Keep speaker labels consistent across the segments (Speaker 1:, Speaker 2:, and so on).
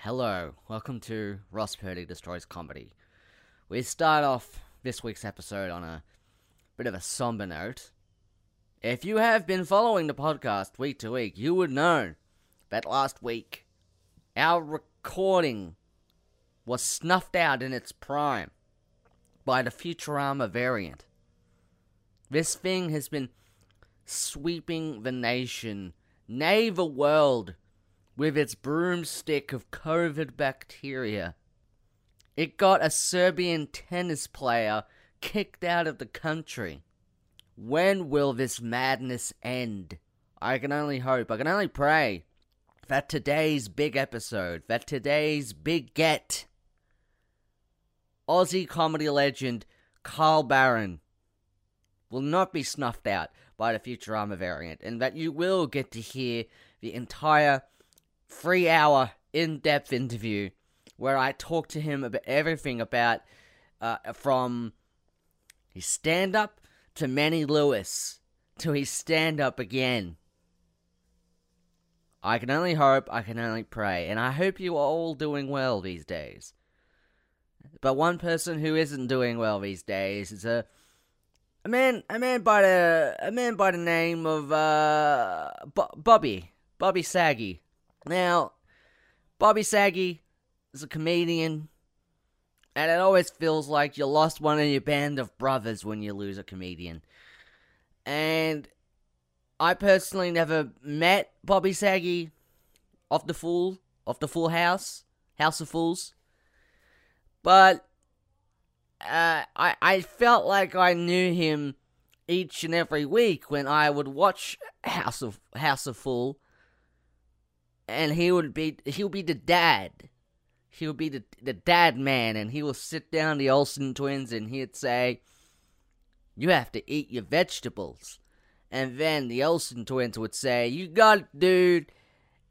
Speaker 1: Hello, welcome to Ross Purdy Destroys Comedy. We start off this week's episode on a bit of a somber note. If you have been following the podcast week to week, you would know that last week our recording was snuffed out in its prime by the Futurama variant. This thing has been sweeping the nation, nay, the world, with its broomstick of COVID bacteria. It got a Serbian tennis player kicked out of the country. When will this madness end? I can only hope, I can only pray that today's big episode, that today's big get, Aussie comedy legend Carl Barron will not be snuffed out by the Futurama variant, and that you will get to hear the entire three hour in depth interview where I talk to him about everything about uh, from his stand up to Manny Lewis to his stand up again. I can only hope, I can only pray, and I hope you are all doing well these days. But one person who isn't doing well these days is a a man, a man by the a man by the name of uh, Bo- Bobby, Bobby Saggy. Now, Bobby Saggy is a comedian, and it always feels like you lost one of your band of brothers when you lose a comedian. And I personally never met Bobby Saggy off the Fool, off the Fool House, House of Fools. But uh, I I felt like I knew him each and every week when I would watch House of House of Fool, and he would be he would be the dad, he would be the the dad man, and he would sit down the Olsen twins, and he'd say, "You have to eat your vegetables," and then the Olsen twins would say, "You got it, dude."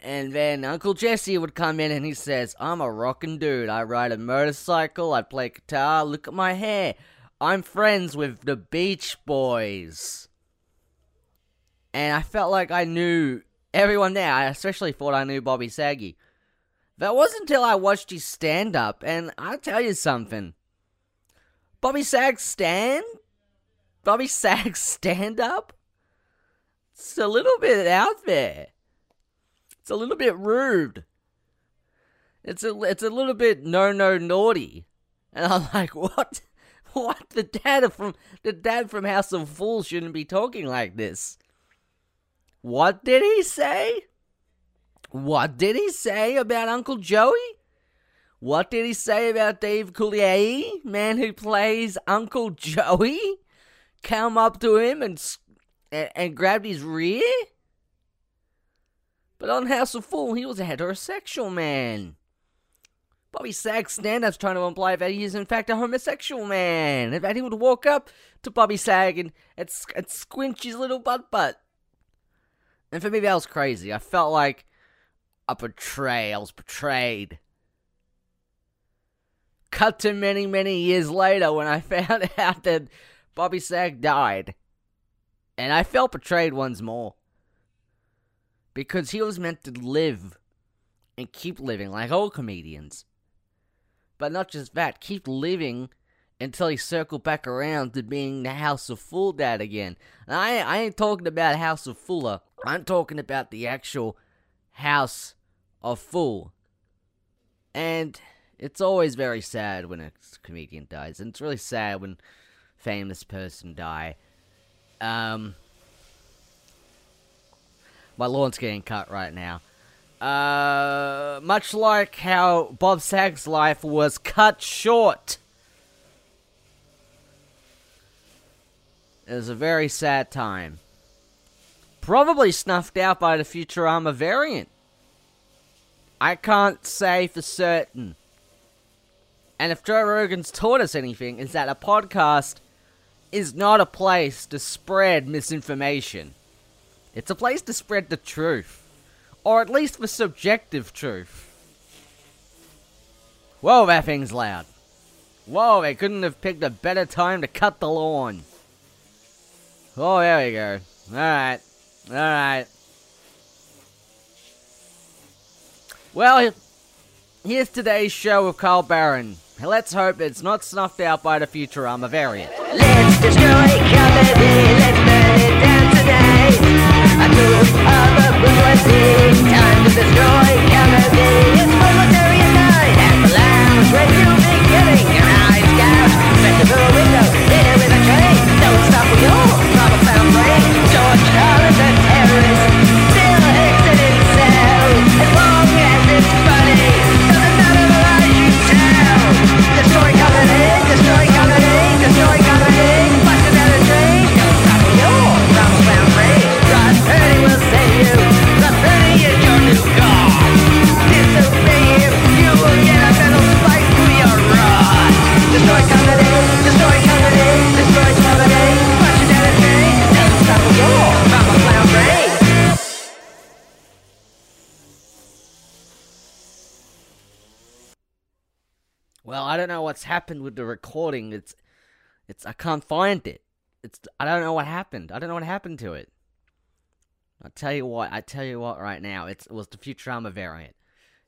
Speaker 1: And then Uncle Jesse would come in and he says, I'm a rockin' dude. I ride a motorcycle, I play guitar, look at my hair. I'm friends with the Beach Boys. And I felt like I knew everyone there. I especially thought I knew Bobby Saggy. That wasn't until I watched his stand up, and I'll tell you something. Bobby Sag's stand? Bobby Sag's stand up? It's a little bit out there. It's a little bit rude. It's a it's a little bit no no naughty, and I'm like, what? What the dad from the dad from House of Fools shouldn't be talking like this. What did he say? What did he say about Uncle Joey? What did he say about Dave Coulier, man who plays Uncle Joey? Come up to him and s- and, and grabbed his rear. But on House of Fool, he was a heterosexual man. Bobby Sag's stand-up's trying to imply that he is in fact a homosexual man, and that he would walk up to Bobby Sag and, and, s- and squinch his little butt butt. And for me, that was crazy. I felt like a betray. I was betrayed. Cut to many, many years later when I found out that Bobby Sag died. And I felt betrayed once more because he was meant to live and keep living like all comedians. But not just that, keep living until he circled back around to being the House of Fool dad again. And I, I ain't talking about House of Fuller. I'm talking about the actual House of Fool. And it's always very sad when a comedian dies, and it's really sad when famous person die. Um, my lawn's getting cut right now. Uh, much like how Bob Saget's life was cut short. It was a very sad time. Probably snuffed out by the Futurama variant. I can't say for certain. And if Joe Rogan's taught us anything, is that a podcast is not a place to spread misinformation. It's a place to spread the truth. Or at least the subjective truth. Whoa, that thing's loud. Whoa, they couldn't have picked a better time to cut the lawn. Oh, there we go. Alright. Alright. Well, Here's today's show of Carl Barron. Let's hope it's not snuffed out by the Futurama variant.
Speaker 2: Let's destroy comedy. Let's burn it down tonight. A group of bourgeoisie. Time to destroy comedy. It's voluntarious night at the lounge. Red building, getting your eyes gouged. Festival window, dinner with a train. Don't stop with your proper found brain. George Carlin's a terrorist. Still exit in cell. As long as it's funny. Doesn't matter the lies you tell. Destroy comedy. Destroy comedy. Destroy comedy. Bust it out of train. Don't stop with your proper found brain. Rod Purdy will save you. Rod Purdy is your new god. Disobey him. You will get a metal spike through your rod. Destroy comedy. Destroy comedy. Destroy comedy. Bust it out of train. Don't stop with your proper found brain.
Speaker 1: Well, I don't know what's happened with the recording. It's, it's I can't find it. It's I don't know what happened. I don't know what happened to it. I tell you what. I tell you what. Right now, it's, it was the Futurama variant.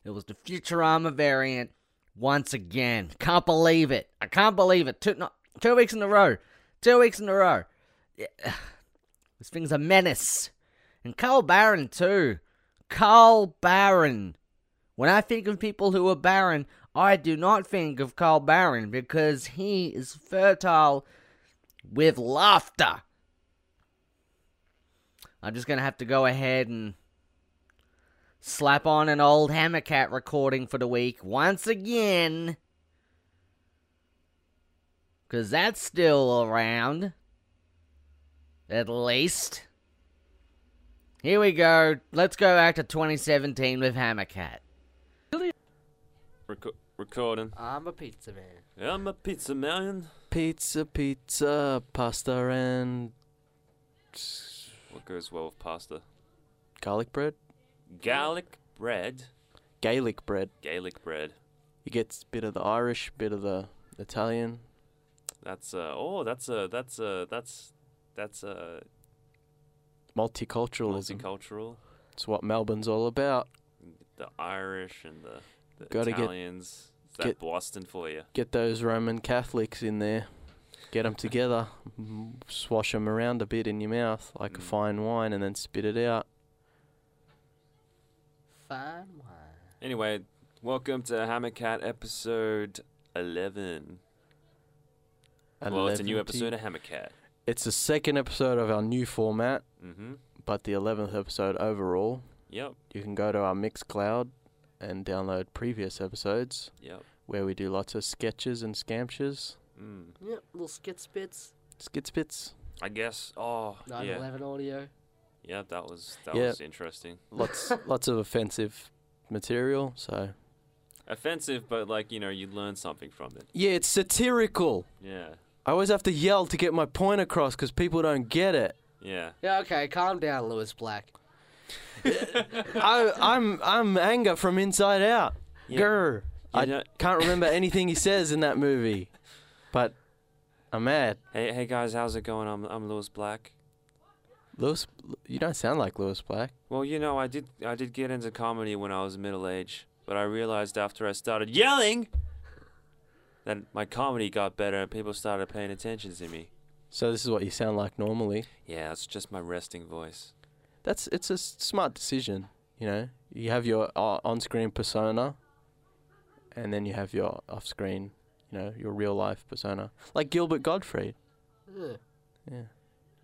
Speaker 1: It was the Futurama variant once again. Can't believe it. I can't believe it. Two no, two weeks in a row. Two weeks in a row. Yeah. This thing's a menace. And Carl Barron too. Carl Barron. When I think of people who are barren, I do not think of Carl Barron because he is fertile with laughter. I'm just going to have to go ahead and slap on an old Hammercat recording for the week once again. Because that's still around. At least. Here we go. Let's go back to 2017 with Hammercat.
Speaker 3: Reco- recording.
Speaker 1: I'm a pizza man.
Speaker 3: I'm a pizza man.
Speaker 4: Pizza, pizza, pasta, and
Speaker 3: What goes well with pasta?
Speaker 4: garlic bread?
Speaker 3: Gaelic bread.
Speaker 4: Gaelic bread.
Speaker 3: Gaelic bread.
Speaker 4: You get a bit of the Irish, bit of the Italian.
Speaker 3: That's uh oh, that's uh that's uh that's that's uh
Speaker 4: Multiculturalism.
Speaker 3: multicultural.
Speaker 4: it's what Melbourne's all about.
Speaker 3: The Irish and the, the
Speaker 4: Gotta get-
Speaker 3: Italians. Is that
Speaker 4: get-
Speaker 3: Boston for you.
Speaker 4: Get those Roman Catholics in there. Get 'em together. m- Swash 'em around a bit in your mouth like a
Speaker 3: Mm.
Speaker 4: fine wine and then spit it out.
Speaker 1: Fine wine.
Speaker 3: Anyway, welcome to Hammercat episode eleven. Well, it's a new
Speaker 4: 11T.
Speaker 3: episode of Hammercat.
Speaker 4: It's the second episode of our new format,
Speaker 3: Mm-hmm.
Speaker 4: but the 11th episode overall.
Speaker 3: Yep.
Speaker 4: You can go to our Mixcloud and download previous episodes
Speaker 3: Yep.
Speaker 4: where we do lots of sketches and scamches.
Speaker 3: Mm.
Speaker 1: Yep, little skit spits.
Speaker 4: Skits bits.
Speaker 3: I guess. Oh, yeah.
Speaker 1: 911 audio.
Speaker 3: Yeah, that was that
Speaker 4: Yeah.
Speaker 3: was interesting.
Speaker 4: Lots lots of offensive material, so
Speaker 3: Offensive, but like you know, you learn something from it.
Speaker 4: Yeah, it's satirical.
Speaker 3: Yeah.
Speaker 4: I always have to yell to get my point across because people don't get it.
Speaker 3: Yeah.
Speaker 1: Yeah, okay, calm down, Lewis Black.
Speaker 4: I, I'm I'm anger from inside out.
Speaker 3: Yeah.
Speaker 4: Grr.
Speaker 3: You
Speaker 4: I
Speaker 3: know-
Speaker 4: can't remember anything he says in that movie, but I'm mad.
Speaker 3: Hey, hey guys, how's it going? I'm I'm Lewis Black.
Speaker 4: Lewis, you don't sound like Lewis Black.
Speaker 3: Well, you know, I did I did get into comedy when I was middle age, but I realized after I started yelling that my comedy got better and people started paying attention to me.
Speaker 4: So this is what you sound like normally.
Speaker 3: Yeah, it's just my resting voice.
Speaker 4: That's it's a s- smart decision. You know, you have your uh, on-screen persona, and then you have your off-screen, you know, your real-life persona, like Gilbert Gottfried.
Speaker 1: Ugh.
Speaker 4: Yeah,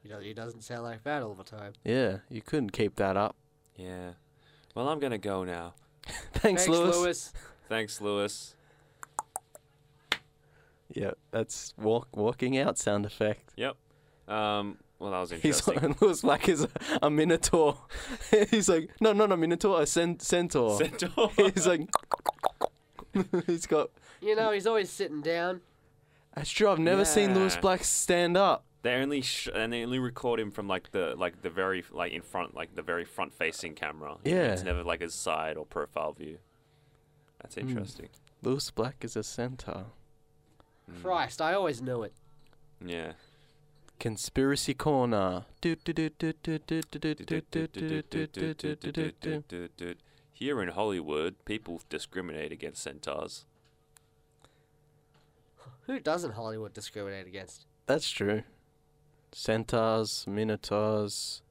Speaker 1: You know, he doesn't sound like that all the time.
Speaker 4: yeah, you couldn't keep that up.
Speaker 3: Yeah. Well, I'm gonna go now.
Speaker 4: Thanks, Lewis.
Speaker 3: Thanks, Lewis.
Speaker 4: Yeah, that's walk walking out sound effect.
Speaker 3: Yep. Um. Well, that was
Speaker 4: He's
Speaker 3: interesting.
Speaker 4: on, Lewis Black is a, a minotaur. He's like, no, not a minotaur, a cent- centaur.
Speaker 3: Centaur.
Speaker 4: He's like, he's got.
Speaker 5: You know, he's always sitting down.
Speaker 4: That's true. I've never seen Lewis
Speaker 3: Yeah.
Speaker 4: Black stand up.
Speaker 3: They only sh- and they only record him from like the like the very like in front like the very front facing camera. You know,
Speaker 4: Yeah.
Speaker 3: it's never like his side or profile view. That's interesting.
Speaker 4: Lewis Black is a centaur. Hmm.
Speaker 5: Christ, I always knew it.
Speaker 3: Yeah.
Speaker 4: Conspiracy Corner.
Speaker 3: Here in Hollywood, people discriminate against centaurs.
Speaker 5: Who doesn't Hollywood discriminate against?
Speaker 4: That's true. Centaurs, minotaurs,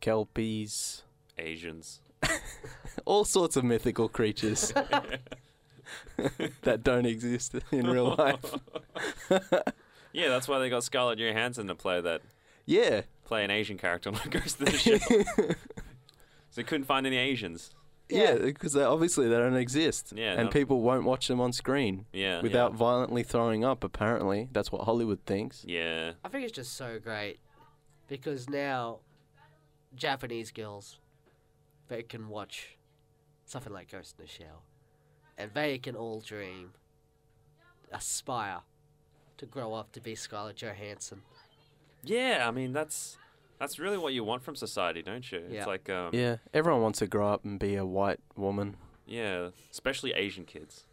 Speaker 4: kelpies,
Speaker 3: Asians.
Speaker 4: all sorts of mythical creatures that don't exist in real life.
Speaker 3: Yeah, that's why they got Scarlett Johansson to play that
Speaker 4: Yeah.
Speaker 3: play an Asian character on the Ghost of the Ship. so they couldn't find any Asians.
Speaker 4: Yeah, because they, obviously they don't exist.
Speaker 3: Yeah,
Speaker 4: and
Speaker 3: no.
Speaker 4: people won't watch them on screen.
Speaker 3: Yeah, yeah.
Speaker 4: Without violently throwing up, apparently. That's what Hollywood thinks.
Speaker 3: Yeah.
Speaker 5: I think it's just so great because now Japanese girls they can watch something like Ghost in the Shell, and they can all dream, aspire to grow up to be Scarlett Johansson.
Speaker 3: Yeah, I mean that's that's really what you want from society, don't you?
Speaker 5: Yeah.
Speaker 3: It's like um yeah.
Speaker 4: Yeah, everyone wants to grow up and be a white woman.
Speaker 3: especially Asian kids.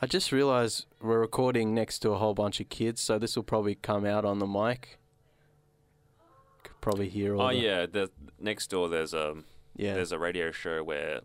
Speaker 4: I just realized we're recording next to a whole bunch of kids, so this will probably come out on the mic. Could probably hear all
Speaker 3: Oh
Speaker 4: the-
Speaker 3: yeah, the next door there's um
Speaker 4: Yeah.
Speaker 3: there's a radio show where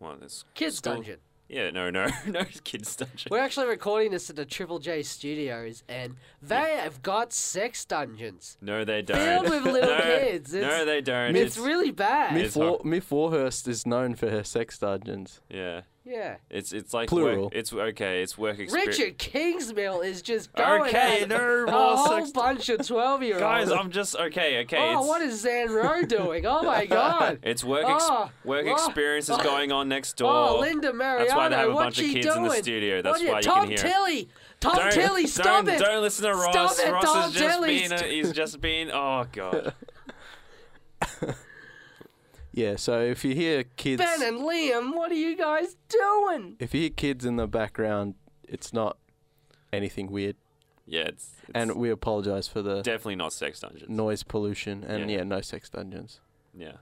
Speaker 3: well, there's
Speaker 5: Kids
Speaker 3: school-
Speaker 5: Dungeon.
Speaker 3: Yeah, no, no, no kids dungeon.
Speaker 5: We're actually recording this at the Triple J Studios, and they have got sex dungeons.
Speaker 3: No, they don't.
Speaker 5: Filled with little
Speaker 3: no,
Speaker 5: kids. It's-
Speaker 3: no, they don't.
Speaker 5: It's,
Speaker 3: It's,
Speaker 5: really bad.
Speaker 4: Miff,
Speaker 3: It's
Speaker 4: War-
Speaker 3: hard.
Speaker 4: Miff Warhurst is known for her sex dungeons.
Speaker 3: yeah.
Speaker 5: yeah.
Speaker 3: It's it's like
Speaker 4: Plural.
Speaker 3: Work, it's okay. It's work experience.
Speaker 5: Richard Kingsmill is just going
Speaker 3: Okay,
Speaker 5: at
Speaker 3: no
Speaker 5: a
Speaker 3: more
Speaker 5: whole
Speaker 3: sex-
Speaker 5: bunch of twelve-year-olds.
Speaker 3: guys, I'm just okay. Okay.
Speaker 5: oh,
Speaker 3: it's,
Speaker 5: what is Zanro doing? Oh my God!
Speaker 3: It's work ex-
Speaker 5: Oh,
Speaker 3: work
Speaker 5: oh,
Speaker 3: experience is
Speaker 5: oh.
Speaker 3: going on next door.
Speaker 5: Oh, Linda Mariano,
Speaker 3: That's why they have a
Speaker 5: what's
Speaker 3: bunch of
Speaker 5: she
Speaker 3: kids
Speaker 5: doing?
Speaker 3: in the studio. That's
Speaker 5: What are
Speaker 3: why you
Speaker 5: Tom
Speaker 3: can hear.
Speaker 5: Tilly, Tom
Speaker 3: don't,
Speaker 5: oh, Tilly, stop
Speaker 3: don't,
Speaker 5: it!
Speaker 3: Don't listen to
Speaker 5: Stop
Speaker 3: Ross.
Speaker 5: it,
Speaker 3: Ross
Speaker 5: Tom
Speaker 3: has just
Speaker 5: Tilly's
Speaker 3: been. A,
Speaker 5: t-
Speaker 3: he's just been. Oh god.
Speaker 4: Yeah, so if you hear kids,
Speaker 5: Ben and Liam, what are you guys doing?
Speaker 4: if you hear kids in the background, it's not anything weird,
Speaker 3: Yeah, it's, it's
Speaker 4: and we apologize for the
Speaker 3: definitely not sex dungeons.
Speaker 4: noise pollution and
Speaker 3: Yeah.
Speaker 4: yeah, no sex dungeons.
Speaker 3: Yeah,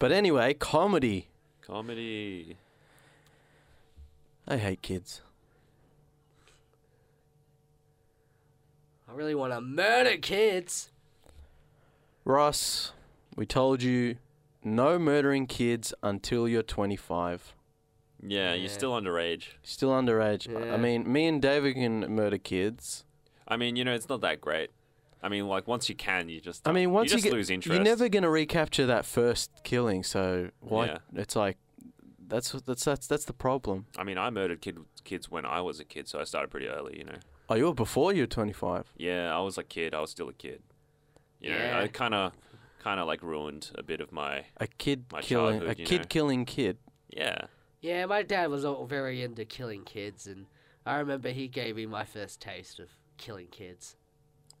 Speaker 4: But anyway, comedy.
Speaker 3: comedy.
Speaker 4: I hate kids.
Speaker 5: I really want to murder kids.
Speaker 4: Ross, we told you no murdering kids until you're 25.
Speaker 3: Yeah, you're still underage.
Speaker 4: Still underage. I- I
Speaker 5: Yeah.
Speaker 4: mean, me and David can murder kids.
Speaker 3: I mean, you know, it's not that great. I mean, like once you can, you just.
Speaker 4: I mean, once
Speaker 3: you
Speaker 4: you,
Speaker 3: just
Speaker 4: get,
Speaker 3: lose interest.
Speaker 4: you're never going to recapture that first killing. So why?
Speaker 3: Yeah.
Speaker 4: It's like that's that's that's that's the problem.
Speaker 3: I mean, I murdered kid, kids when I was a kid, so I started pretty early. You know.
Speaker 4: Oh, you were before you were 25.
Speaker 3: Yeah, I was a kid. I was still a kid. You know,
Speaker 5: Yeah.
Speaker 3: I kind of, kind of like ruined a bit of my.
Speaker 4: A kid
Speaker 3: My
Speaker 4: killing a
Speaker 3: childhood, you
Speaker 4: kid
Speaker 3: know.
Speaker 4: killing kid.
Speaker 3: Yeah.
Speaker 5: Yeah, my dad was all very into killing kids, and I remember he gave me my first taste of killing kids.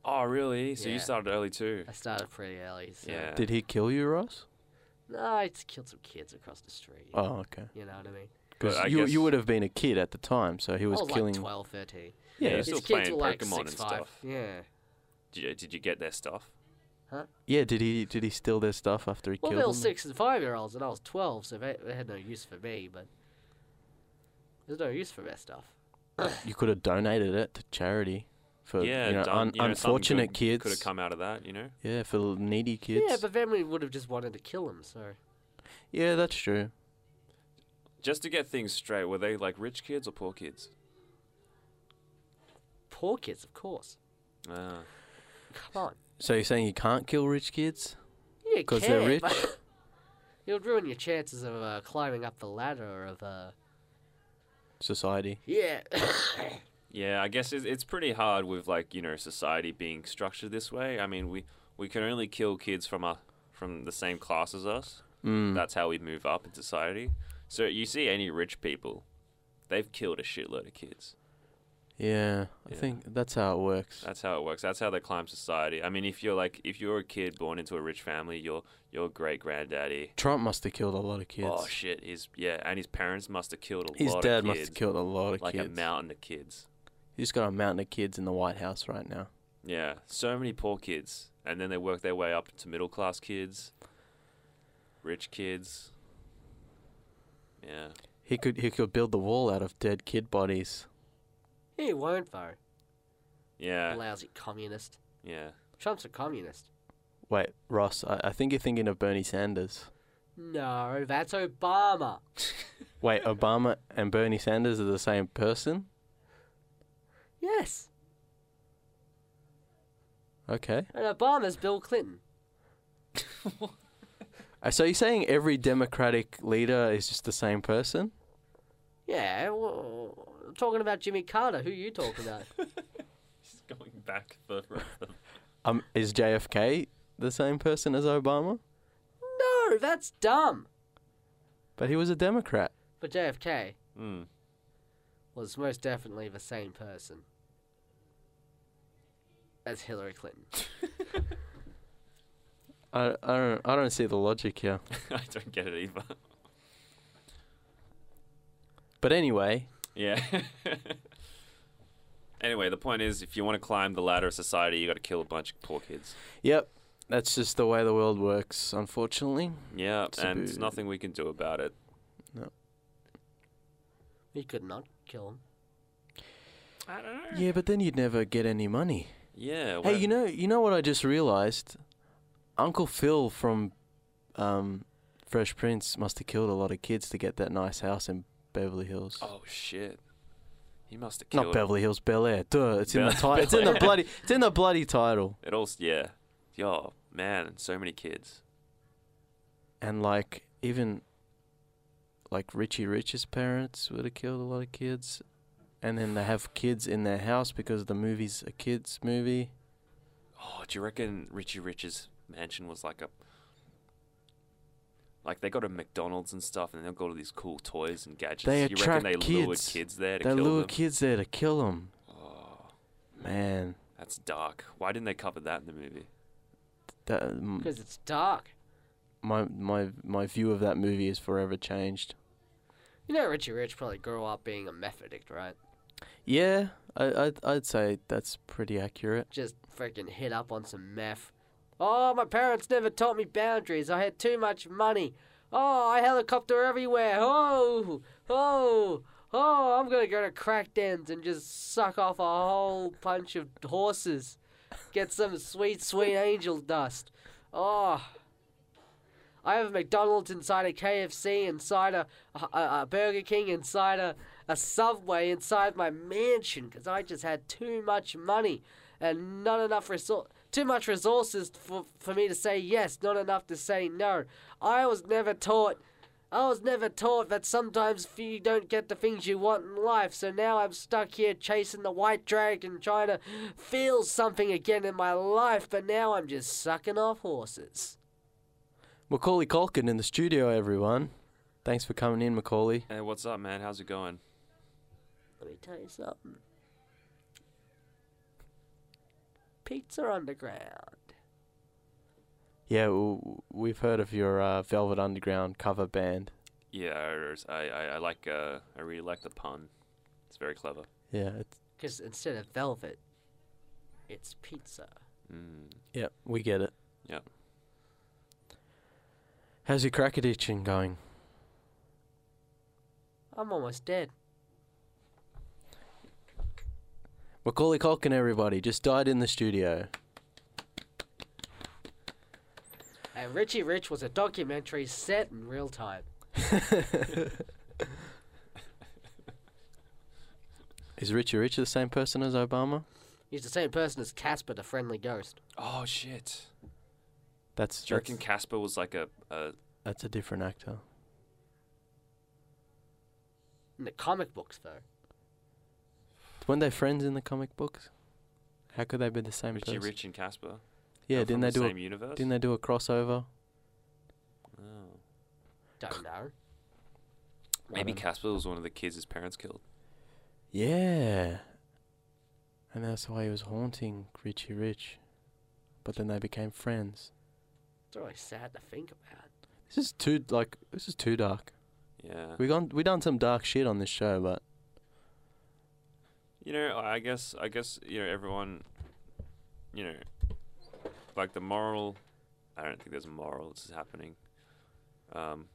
Speaker 3: Oh, really? So you
Speaker 5: Yeah.
Speaker 3: started early too.
Speaker 5: I started pretty early, so
Speaker 3: Yeah.
Speaker 4: Did he kill you, Ross?
Speaker 5: no, I just killed some kids across the street.
Speaker 4: Oh, okay.
Speaker 5: You know what I mean?
Speaker 3: But I
Speaker 4: Because you
Speaker 3: guess-
Speaker 4: you would have been a kid at the time, so he was,
Speaker 5: I was
Speaker 4: killing.
Speaker 5: like 12, 13.
Speaker 3: yeah, you're
Speaker 4: yeah.
Speaker 3: still
Speaker 5: His kids
Speaker 3: playing
Speaker 5: were like
Speaker 3: Pokemon
Speaker 5: six,
Speaker 3: and
Speaker 5: five.
Speaker 3: stuff.
Speaker 5: Yeah.
Speaker 3: Did you, did you get their stuff?
Speaker 4: Yeah. Did he did he steal their stuff after he
Speaker 5: Well,
Speaker 4: killed
Speaker 5: they were
Speaker 4: them?
Speaker 5: six and five year olds, and I was 12, so they, they had no use for me, but there's no use for their stuff.
Speaker 4: You could have donated it to charity for
Speaker 3: yeah,
Speaker 4: Uh, you know,
Speaker 3: done-
Speaker 4: un-
Speaker 3: you know, something
Speaker 4: unfortunate
Speaker 3: good
Speaker 4: kids.
Speaker 3: could have come out of that. You know.
Speaker 4: Yeah, for the needy kids.
Speaker 5: Yeah, but then we would have just wanted to kill them, so.
Speaker 4: yeah, that's true.
Speaker 3: Just to get things straight, were they like rich kids or poor kids?
Speaker 5: Poor kids, of course.
Speaker 3: Ah.
Speaker 5: Come on.
Speaker 4: So you're saying you can't kill rich kids?
Speaker 5: Yeah,
Speaker 4: 'Cause they're
Speaker 5: can,
Speaker 4: rich?
Speaker 5: but It would ruin your chances of uh, climbing up the ladder of. Uh,
Speaker 4: Society.
Speaker 5: yeah.
Speaker 3: Yeah, I guess it's, it's pretty hard with like you know society being structured this way. I mean, we we can only kill kids from our from the same class as us. Mm. That's how we move up in society. So you see any rich people, they've killed a shitload of kids.
Speaker 4: Yeah, I
Speaker 3: Yeah.
Speaker 4: think that's how it works.
Speaker 3: That's how it works. That's how they climb society. I mean, if you're like if you're a kid born into a rich family, your your great granddaddy.
Speaker 4: Trump must have killed a lot of kids.
Speaker 3: Oh shit! His yeah, and his parents must have killed a
Speaker 4: His
Speaker 3: lot.
Speaker 4: dad
Speaker 3: of
Speaker 4: must
Speaker 3: kids,
Speaker 4: have killed a lot of
Speaker 3: like
Speaker 4: kids.
Speaker 3: a mountain of kids.
Speaker 4: He's got a mountain of kids in the White House right now.
Speaker 3: Yeah, so many poor kids, and then they work their way up to middle class kids, rich kids. Yeah,
Speaker 4: He could he could build the wall out of dead kid bodies.
Speaker 5: he won't, though.
Speaker 3: yeah,
Speaker 4: Uh.
Speaker 5: Lousy communist.
Speaker 3: yeah.
Speaker 5: Trump's a communist.
Speaker 4: Wait, Ross, I, I think you're thinking of Bernie Sanders.
Speaker 5: No, that's Obama.
Speaker 4: Wait, Obama and Bernie Sanders are the same person?
Speaker 5: Yes.
Speaker 4: Okay.
Speaker 5: And Obama's Bill Clinton.
Speaker 4: Uh, So you're saying every Democratic leader is just the same person?
Speaker 5: Yeah, well, I'm talking about Jimmy Carter. Who you talking about?
Speaker 3: He's going back further.
Speaker 4: Um, is JFK the same person as Obama?
Speaker 5: no, that's dumb.
Speaker 4: But he was a Democrat.
Speaker 5: But JFK
Speaker 4: Hmm.
Speaker 3: mm.
Speaker 5: was most definitely the same person as Hillary Clinton.
Speaker 4: I, I don't I don't see the logic here.
Speaker 3: I don't get it either.
Speaker 4: But anyway,
Speaker 3: Yeah. anyway, the point is, if you want to climb the ladder of society, you got to kill a bunch of poor kids.
Speaker 4: yep, that's just the way the world works, unfortunately.
Speaker 3: Yeah,
Speaker 4: It's a
Speaker 3: and there's
Speaker 4: bit-
Speaker 3: nothing we can do about it.
Speaker 5: He could not kill him.
Speaker 3: I don't know.
Speaker 4: Yeah, but then you'd never get any money.
Speaker 3: Yeah.
Speaker 4: Hey,
Speaker 3: well-
Speaker 4: you know, you know what I just realized? Uncle Phil from um, Fresh Prince must have killed a lot of kids to get that nice house in Beverly Hills.
Speaker 3: Oh shit. He must have killed.
Speaker 4: Not Beverly Hills, Bel Air. Duh, it's in the
Speaker 3: Bel-
Speaker 4: title. It's in the
Speaker 3: Bel Air.
Speaker 4: bloody. It's in the bloody title.
Speaker 3: It all. s- Yeah. Yo, man, so many kids.
Speaker 4: And like even, like Richie Rich's parents would have killed a lot of kids, and then they have kids in their house because the movie's a kids movie.
Speaker 3: Oh, do you reckon Richie Rich's mansion was like a like they go to McDonald's and stuff, and they'll go to these cool toys and gadgets.
Speaker 4: They
Speaker 3: you reckon
Speaker 4: attract
Speaker 3: they lured
Speaker 4: kids.
Speaker 3: kids there to
Speaker 4: they
Speaker 3: kill
Speaker 4: lure
Speaker 3: them?
Speaker 4: kids there to kill them.
Speaker 3: Oh,
Speaker 4: Man,
Speaker 3: that's dark. Why didn't they cover that in the movie?
Speaker 4: that m-
Speaker 5: Because it's dark.
Speaker 4: my my my view of that movie is forever changed.
Speaker 5: You know, Richie Rich probably grew up being a meth addict, right?
Speaker 4: Yeah, I I'd, I'd say that's pretty accurate.
Speaker 5: Just freaking hit up on some meth. Oh, my parents never taught me boundaries. I had too much money. Oh, I helicopter everywhere. Oh, oh, oh, I'm gonna go to crack dens and just suck off a whole bunch of horses. Get some sweet, sweet angel dust. Oh. I have a McDonald's inside a KFC, inside a, a, a Burger King, inside a, a Subway, inside my mansion because I just had too much money and not enough resor Too much resources for, for me to say yes, not enough to say no. I was never taught. I was never taught that sometimes f- you don't get the things you want in life, so now I'm stuck here chasing the white dragon, trying to feel something again in my life, but now I'm just sucking off horses.
Speaker 4: Macaulay Culkin in the studio, everyone. Thanks for coming in, Macaulay.
Speaker 3: Hey, what's up, man? How's it going?
Speaker 5: Let me tell you something. Pizza Underground.
Speaker 4: Yeah, w- we've heard of your uh, Velvet Underground cover band.
Speaker 3: Yeah, I- I, I, I like. Uh, I really like the pun. It's very clever.
Speaker 4: Yeah, it's,
Speaker 5: Because instead of velvet, it's pizza.
Speaker 3: Mm.
Speaker 4: yeah, we get it.
Speaker 3: Yeah.
Speaker 4: How's your crack addiction going?
Speaker 5: I'm almost dead.
Speaker 4: Macaulay Culkin, everybody, just died in the studio.
Speaker 5: And Richie Rich was a documentary set in real time.
Speaker 4: Is Richie Rich the same person as Obama?
Speaker 5: He's the same person as Casper the Friendly Ghost.
Speaker 3: Oh shit!
Speaker 4: That's
Speaker 3: Do you reckon
Speaker 4: that's,
Speaker 3: Casper was like a, a
Speaker 4: that's a different actor.
Speaker 5: In the comic books, though.
Speaker 4: Weren't they friends in the comic books? How could they be the same
Speaker 3: Richie
Speaker 4: person?
Speaker 3: Rich and Casper?
Speaker 4: Yeah,
Speaker 3: They're
Speaker 4: didn't
Speaker 3: from
Speaker 4: they
Speaker 3: the
Speaker 4: do
Speaker 3: same
Speaker 4: a,
Speaker 3: universe?
Speaker 4: didn't they do a crossover?
Speaker 3: Oh.
Speaker 5: Don't know.
Speaker 3: Maybe
Speaker 4: don't-
Speaker 3: Casper was one of the kids his parents killed.
Speaker 4: Yeah. And that's why he was haunting Richie Rich. But then they became friends.
Speaker 5: It's really sad to think about.
Speaker 4: This is too like this is too dark.
Speaker 3: Yeah.
Speaker 4: We gone we done some dark shit on this show, but
Speaker 3: You know, I I guess, I guess, you know, everyone, you know, like the moral. I don't think there's a moral. This is happening. Um,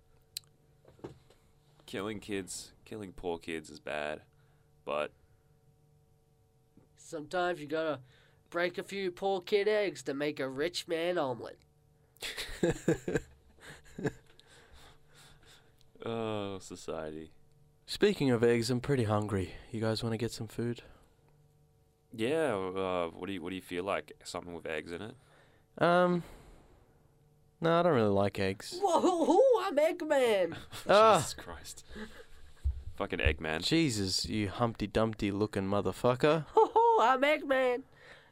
Speaker 3: killing kids, killing poor kids is bad, but
Speaker 5: Sometimes you gotta break a few poor kid eggs to make a rich man omelet.
Speaker 3: Oh, society.
Speaker 4: Speaking of eggs, I'm pretty hungry. You guys want to get some food?
Speaker 3: Yeah. Uh, what do you What do you feel like? Something with eggs in it?
Speaker 4: Um. No, I don't really like eggs.
Speaker 5: Whoa, I'm Eggman.
Speaker 4: Ah.
Speaker 3: Jesus Christ. Fucking Eggman.
Speaker 4: Jesus, you Humpty Dumpty looking motherfucker.
Speaker 5: Ho, I'm Eggman.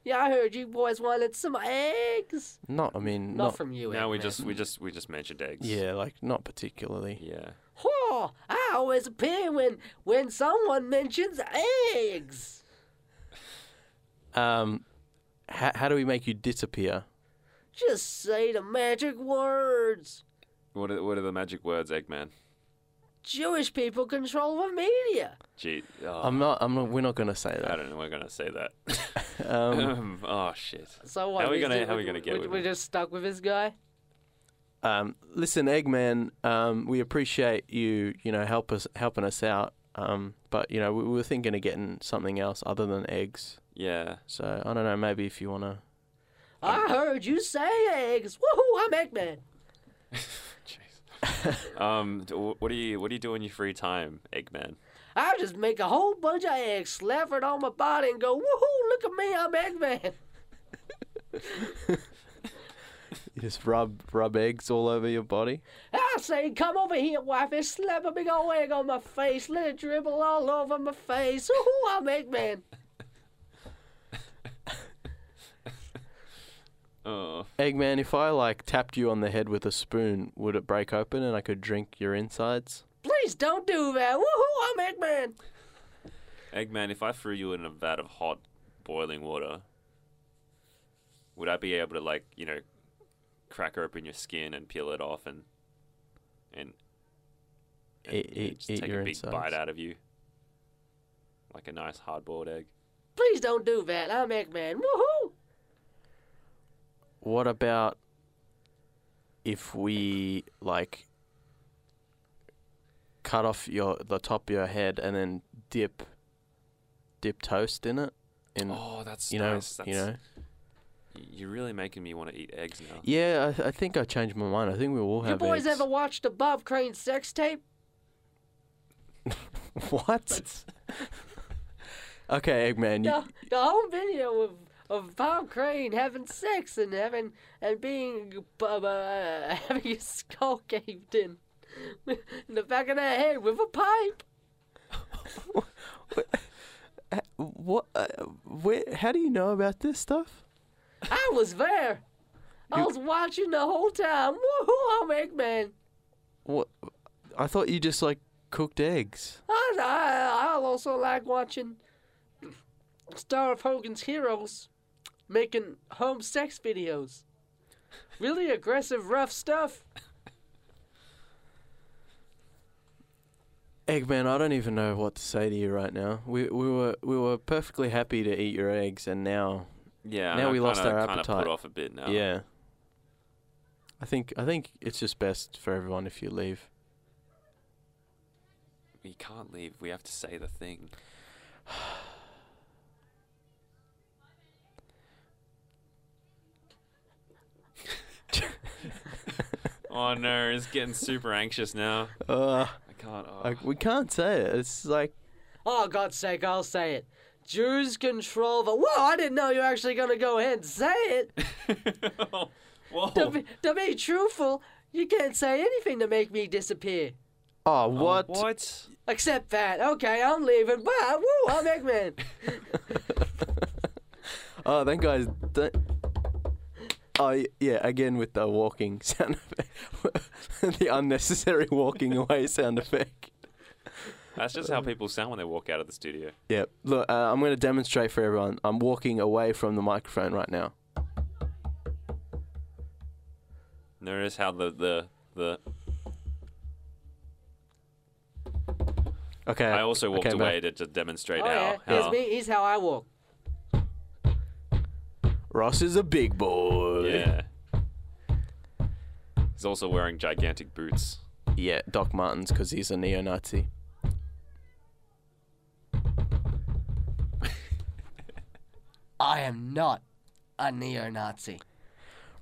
Speaker 5: Yeah, I heard you boys wanted some eggs.
Speaker 4: Not, I mean,
Speaker 5: Not,
Speaker 4: not.
Speaker 5: from you,
Speaker 3: No, we
Speaker 5: Eggman.
Speaker 3: just we just we just mentioned eggs.
Speaker 4: yeah, like not particularly.
Speaker 3: Yeah.
Speaker 5: Whoa, I always appear when when someone mentions eggs.
Speaker 4: Um, how, how do we make you disappear?
Speaker 5: Just say the magic words.
Speaker 3: What are, What are the magic words, Eggman?
Speaker 5: Jewish people control the media.
Speaker 3: Gee. Oh,
Speaker 4: I'm not. I'm not. We're not gonna say
Speaker 3: I
Speaker 4: that.
Speaker 3: don't know. We're gonna say that.
Speaker 4: Um,
Speaker 3: oh shit.
Speaker 5: So what?
Speaker 3: How are we
Speaker 5: is
Speaker 3: gonna-
Speaker 5: it-
Speaker 3: how are we gonna get
Speaker 5: we-
Speaker 3: with
Speaker 5: We're
Speaker 3: it?
Speaker 5: just stuck with this guy.
Speaker 4: um, listen, Eggman. Um, we appreciate you. You know, help us helping us out. Um, but you know, we, we were thinking of getting something else other than eggs.
Speaker 3: Yeah.
Speaker 4: So I don't know. Maybe if you wanna.
Speaker 5: I heard you say eggs. Woohoo, I'm Eggman.
Speaker 3: Jeez. um. d- wh- What do you What do you do in your free time, Eggman?
Speaker 5: I just make a whole bunch of eggs, slap it on my body, and go, woohoo, look at me, I'm Eggman.
Speaker 4: You just rub rub eggs all over your body.
Speaker 5: I say, come over here, wife, and slap a big old egg on my face, let it dribble all over my face. Woohoo, I'm Eggman.
Speaker 3: Oh.
Speaker 4: Eggman, if I like tapped you on the head with a spoon, would it break open and I could drink your insides?
Speaker 5: Please don't do that. Woohoo, I'm Eggman.
Speaker 3: Eggman, if I threw you in a vat of hot boiling water, would I be able to like, you know, crack open your skin and peel it off and and, and
Speaker 4: Eat-
Speaker 3: you know,
Speaker 4: eat-
Speaker 3: just
Speaker 4: eat
Speaker 3: take
Speaker 4: your
Speaker 3: a big bite
Speaker 4: insides.
Speaker 3: out of you? Like a nice hard boiled egg.
Speaker 5: Please don't do that. I'm Eggman. Woohoo.
Speaker 4: What about if we like cut off your the top of your head and then dip dip toast in it? In
Speaker 3: Oh, that's
Speaker 4: you know,
Speaker 3: nice. That's,
Speaker 4: you know.
Speaker 3: y- You're really making me want to eat eggs now.
Speaker 4: Yeah, I, I think I changed my mind. I think we all
Speaker 5: You
Speaker 4: have
Speaker 5: boys
Speaker 4: eggs.
Speaker 5: ever watched a Bob Crane sex tape?
Speaker 4: what? okay, Eggman. You,
Speaker 5: The, the whole video of, of Bob Crane having sex and having and being uh, having his skull caved in in the back of their head with a pipe.
Speaker 4: what? Uh, where? How do you know about this stuff?
Speaker 5: I was there. I was watching the whole time. Woohoo! I'm Eggman.
Speaker 4: What? I thought you just like cooked eggs.
Speaker 5: I, I, I also like watching Star of Hogan's Heroes making home sex videos. Really aggressive, rough stuff.
Speaker 4: Eggman, I don't even know what to say to you right now. We we were we were perfectly happy to eat your eggs, and now
Speaker 3: Yeah.
Speaker 4: Now
Speaker 3: I
Speaker 4: we lost
Speaker 3: kinda,
Speaker 4: our
Speaker 3: Kind of
Speaker 4: appetite.
Speaker 3: put off a bit now.
Speaker 4: yeah. I think I think it's just best for everyone if you leave.
Speaker 3: We can't leave. We have to say the thing. oh no, it's getting super anxious now.
Speaker 4: Uh,
Speaker 3: I can't. Oh.
Speaker 4: like, we can't say it. It's like
Speaker 5: Oh, God's sake, I'll say it. Jews control the. Whoa, I didn't know you were actually going to go ahead and say it. To
Speaker 3: Whoa.
Speaker 5: be, to be truthful, you can't say anything to make me disappear.
Speaker 4: oh what?
Speaker 3: What?
Speaker 5: Except that. Okay, I'm leaving. Bye. Woo, I'm Eggman.
Speaker 4: Oh, that guy's. That, oh y- yeah, again with the walking sound effect, the unnecessary walking away sound effect.
Speaker 3: That's just how people sound when they walk out of the studio.
Speaker 4: Yep. Look, uh, I'm going to demonstrate for everyone. I'm walking away from the microphone right now.
Speaker 3: Notice how the the the.
Speaker 4: Okay.
Speaker 3: I also walked
Speaker 4: okay,
Speaker 3: away
Speaker 4: back.
Speaker 3: to, to demonstrate
Speaker 5: Oh, yeah.
Speaker 3: how.
Speaker 5: Here's
Speaker 3: how
Speaker 5: me. Here's how I walk.
Speaker 4: Ross is a big boy.
Speaker 3: yeah. He's also wearing gigantic boots.
Speaker 4: Yeah, Doc Martens because he's a neo-Nazi.
Speaker 5: I am not a neo-Nazi.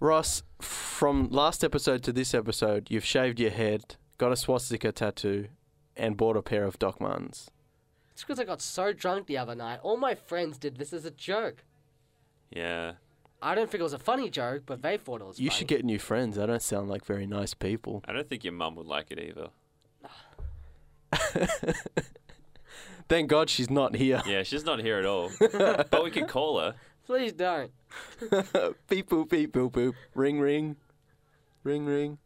Speaker 4: Ross, from last episode to this episode, you've shaved your head, got a swastika tattoo, and bought a pair of Doc Martens.
Speaker 5: It's because I got so drunk the other night. All my friends did this as a joke.
Speaker 3: Yeah.
Speaker 5: I don't think it was a funny joke, but they thought it was.
Speaker 4: You
Speaker 5: funny.
Speaker 4: should get new friends. They don't sound like very nice people.
Speaker 3: I don't think your mum would like it either.
Speaker 4: Thank God she's not here.
Speaker 3: Yeah, she's not here at all. but we can call her.
Speaker 5: Please don't.
Speaker 4: beep boop beep boop boop. Ring ring, ring ring.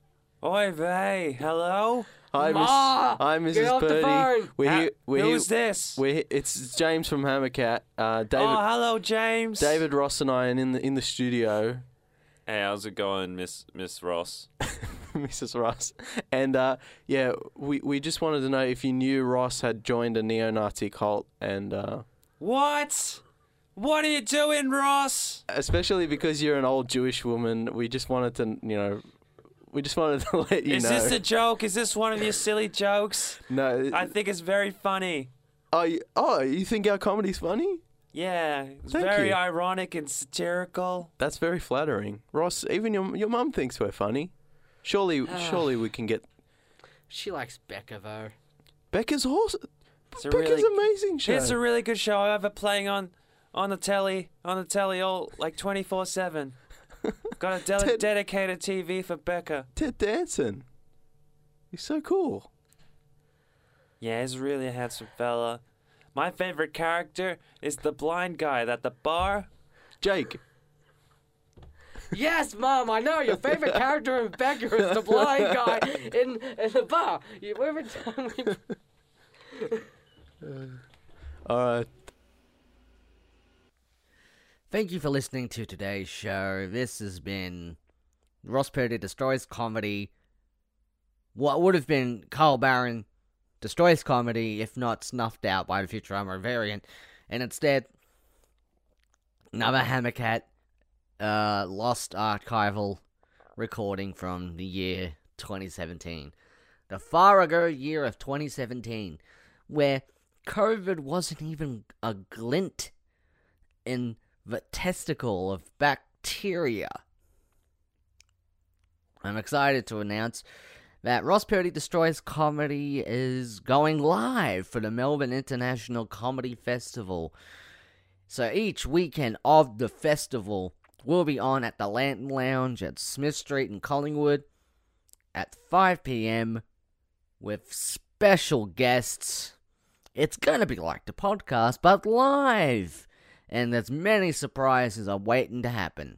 Speaker 3: Oi, Vay. Hello?
Speaker 4: Hi, Miss.
Speaker 5: Ma!
Speaker 4: Hi, Mrs.
Speaker 5: Get off the
Speaker 4: Birdie.
Speaker 5: phone!
Speaker 4: We're
Speaker 3: Ah,
Speaker 4: here. We're
Speaker 3: who's
Speaker 4: here.
Speaker 3: this?
Speaker 4: We're here. It's James from Hammercat. Uh, David,
Speaker 3: Oh, hello, James.
Speaker 4: David Ross and I are in the in the studio.
Speaker 3: Hey, how's it going, Miss Miss Ross?
Speaker 4: Mrs. Ross. And uh, yeah, we, we just wanted to know if you knew Ross had joined a neo Nazi cult, and uh,
Speaker 3: What? What are you doing, Ross?
Speaker 4: especially because you're an old Jewish woman, we just wanted to, you know, we just wanted to let you
Speaker 3: Is
Speaker 4: know.
Speaker 3: this a joke? Is this one of your silly jokes?
Speaker 4: no.
Speaker 3: I think it's very funny.
Speaker 4: oh, you, oh, you think our comedy's funny?
Speaker 3: Yeah, it's
Speaker 4: Thank
Speaker 3: very
Speaker 4: you.
Speaker 3: ironic and satirical.
Speaker 4: That's very flattering, Ross. Even your your mum thinks we're funny. Surely, surely we can get
Speaker 5: She likes Becca though.
Speaker 4: Becca's horse.
Speaker 3: It's a
Speaker 4: Becca's
Speaker 3: really,
Speaker 4: amazing show.
Speaker 3: it's a really good show. I have it playing on, on the telly, on the telly all like twenty four seven. Got a deli-
Speaker 4: Ted-
Speaker 3: dedicated TV for Becca.
Speaker 4: Ted Danson. He's so cool.
Speaker 3: Yeah, he's really a handsome fella. My favorite character is the blind guy at the bar.
Speaker 4: Jake,
Speaker 5: Yes, Mom, I know your favorite character in Becca is the blind guy in, in the bar. You, every time we
Speaker 4: all right.
Speaker 1: Thank you for listening to today's show. This has been Ross Purdy Destroys Comedy. What would have been Carl Barron Destroys Comedy if not snuffed out by the Futurama variant. And instead, another Hammercat uh, lost archival recording from the year 2017. The far ago year of 2017, where COVID wasn't even a glint in the testicle of bacteria. I'm excited to announce that Ross Purdy Destroys Comedy is going live for the Melbourne International Comedy Festival. So each weekend of the festival will be on at the Lantern Lounge at Smith Street in Collingwood at 5 p.m. with special guests. It's gonna be like the podcast, but live and there's many surprises are waiting to happen.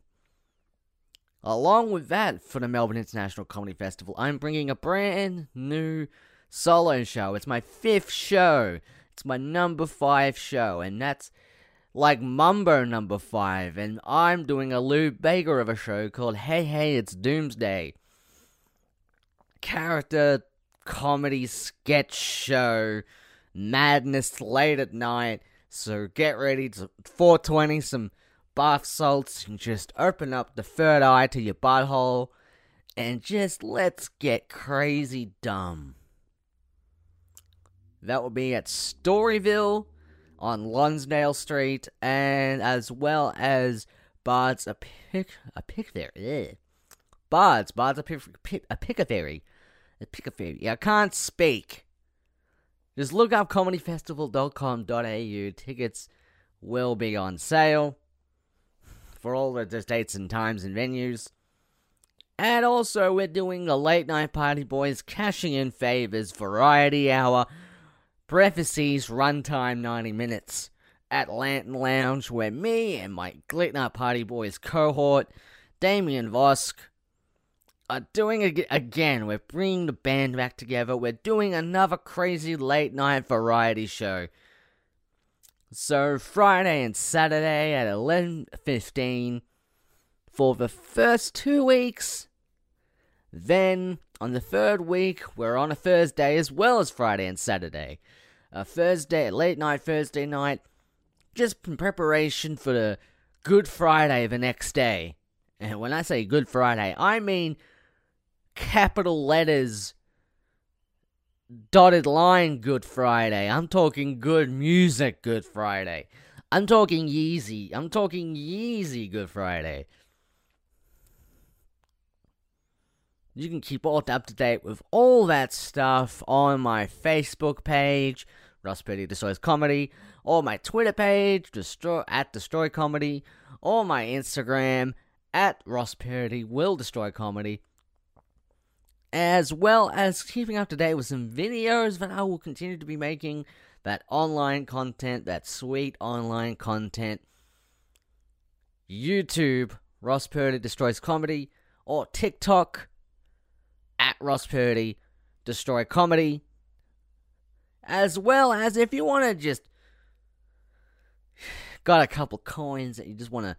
Speaker 1: Along with that, for the Melbourne International Comedy Festival, I'm bringing a brand new solo show. It's my fifth show. It's my number five show, and that's like Mumbo number five. And I'm doing a Lou Baker of a show called Hey Hey It's Doomsday. Character comedy sketch show madness late at night. So get ready to 420 some bath salts and just open up the third eye to your butthole and just let's get crazy dumb. That will be at Storyville on Lonsdale Street and as well as Bard's a pick a pick there. Ugh. Bard's Bard's a pick a pick a fairy. A pick a fairy. Yeah, I can't speak. Just look up comedyfestival.com.au. Tickets will be on sale for all the d- dates and times and venues. And also, we're doing the Late Night Party Boys Cashing in Favors Variety Hour Prefaces Runtime 90 Minutes at Lantern Lounge, where me and my Late Night Party Boys cohort, Damien Vosk, are uh, doing ag- again. We're bringing the band back together. We're doing another crazy late night variety show. So Friday and Saturday at 11:15 for the first 2 weeks. Then on the third week, we're on a Thursday as well as Friday and Saturday. A Thursday, late night Thursday night just in preparation for the Good Friday the next day. And when I say Good Friday, I mean capital letters, dotted line Good Friday. I'm talking good music Good Friday. I'm talking Yeezy. I'm talking Yeezy Good Friday. You can keep all up to date with all that stuff on my Facebook page, Russ Petty Destroys Comedy, or my Twitter page, destroy at Destroy Comedy, or my Instagram at Ross Parody Will Destroy Comedy, as well as keeping up to date with some videos that I will continue to be making. That online content, that sweet online content. YouTube, Ross Purdy Destroys Comedy, or TikTok, at Ross Purdy Destroy Comedy. As well as if you want to just got a couple coins that you just want to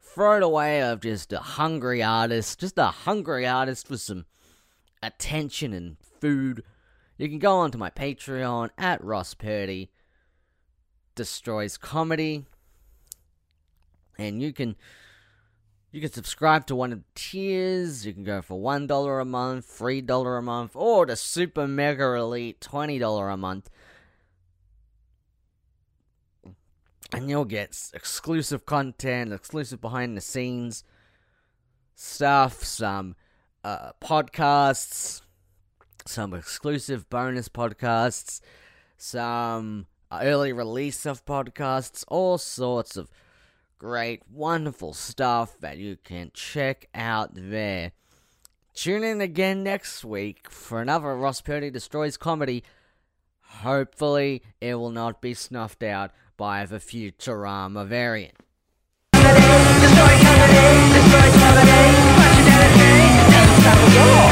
Speaker 1: throw it away of just a hungry artist, just a hungry artist for some attention and food. You can go on to my Patreon at Ross Purdy Destroys Comedy. And you can you can subscribe to one of the tiers. You can go for one dollar a month, three dollar a month, or the super mega elite twenty dollar a month. And you'll get s- exclusive content, exclusive behind the scenes stuff, some uh, podcasts, some exclusive bonus podcasts, some early release of podcasts, all sorts of great, wonderful stuff that you can check out there. Tune in again next week for another Ross Purdy Destroys Comedy. Hopefully, it will not be snuffed out by the Futurama variant.
Speaker 2: Destroy comedy, destroy comedy, punch it down a drain, doesn't stop at all.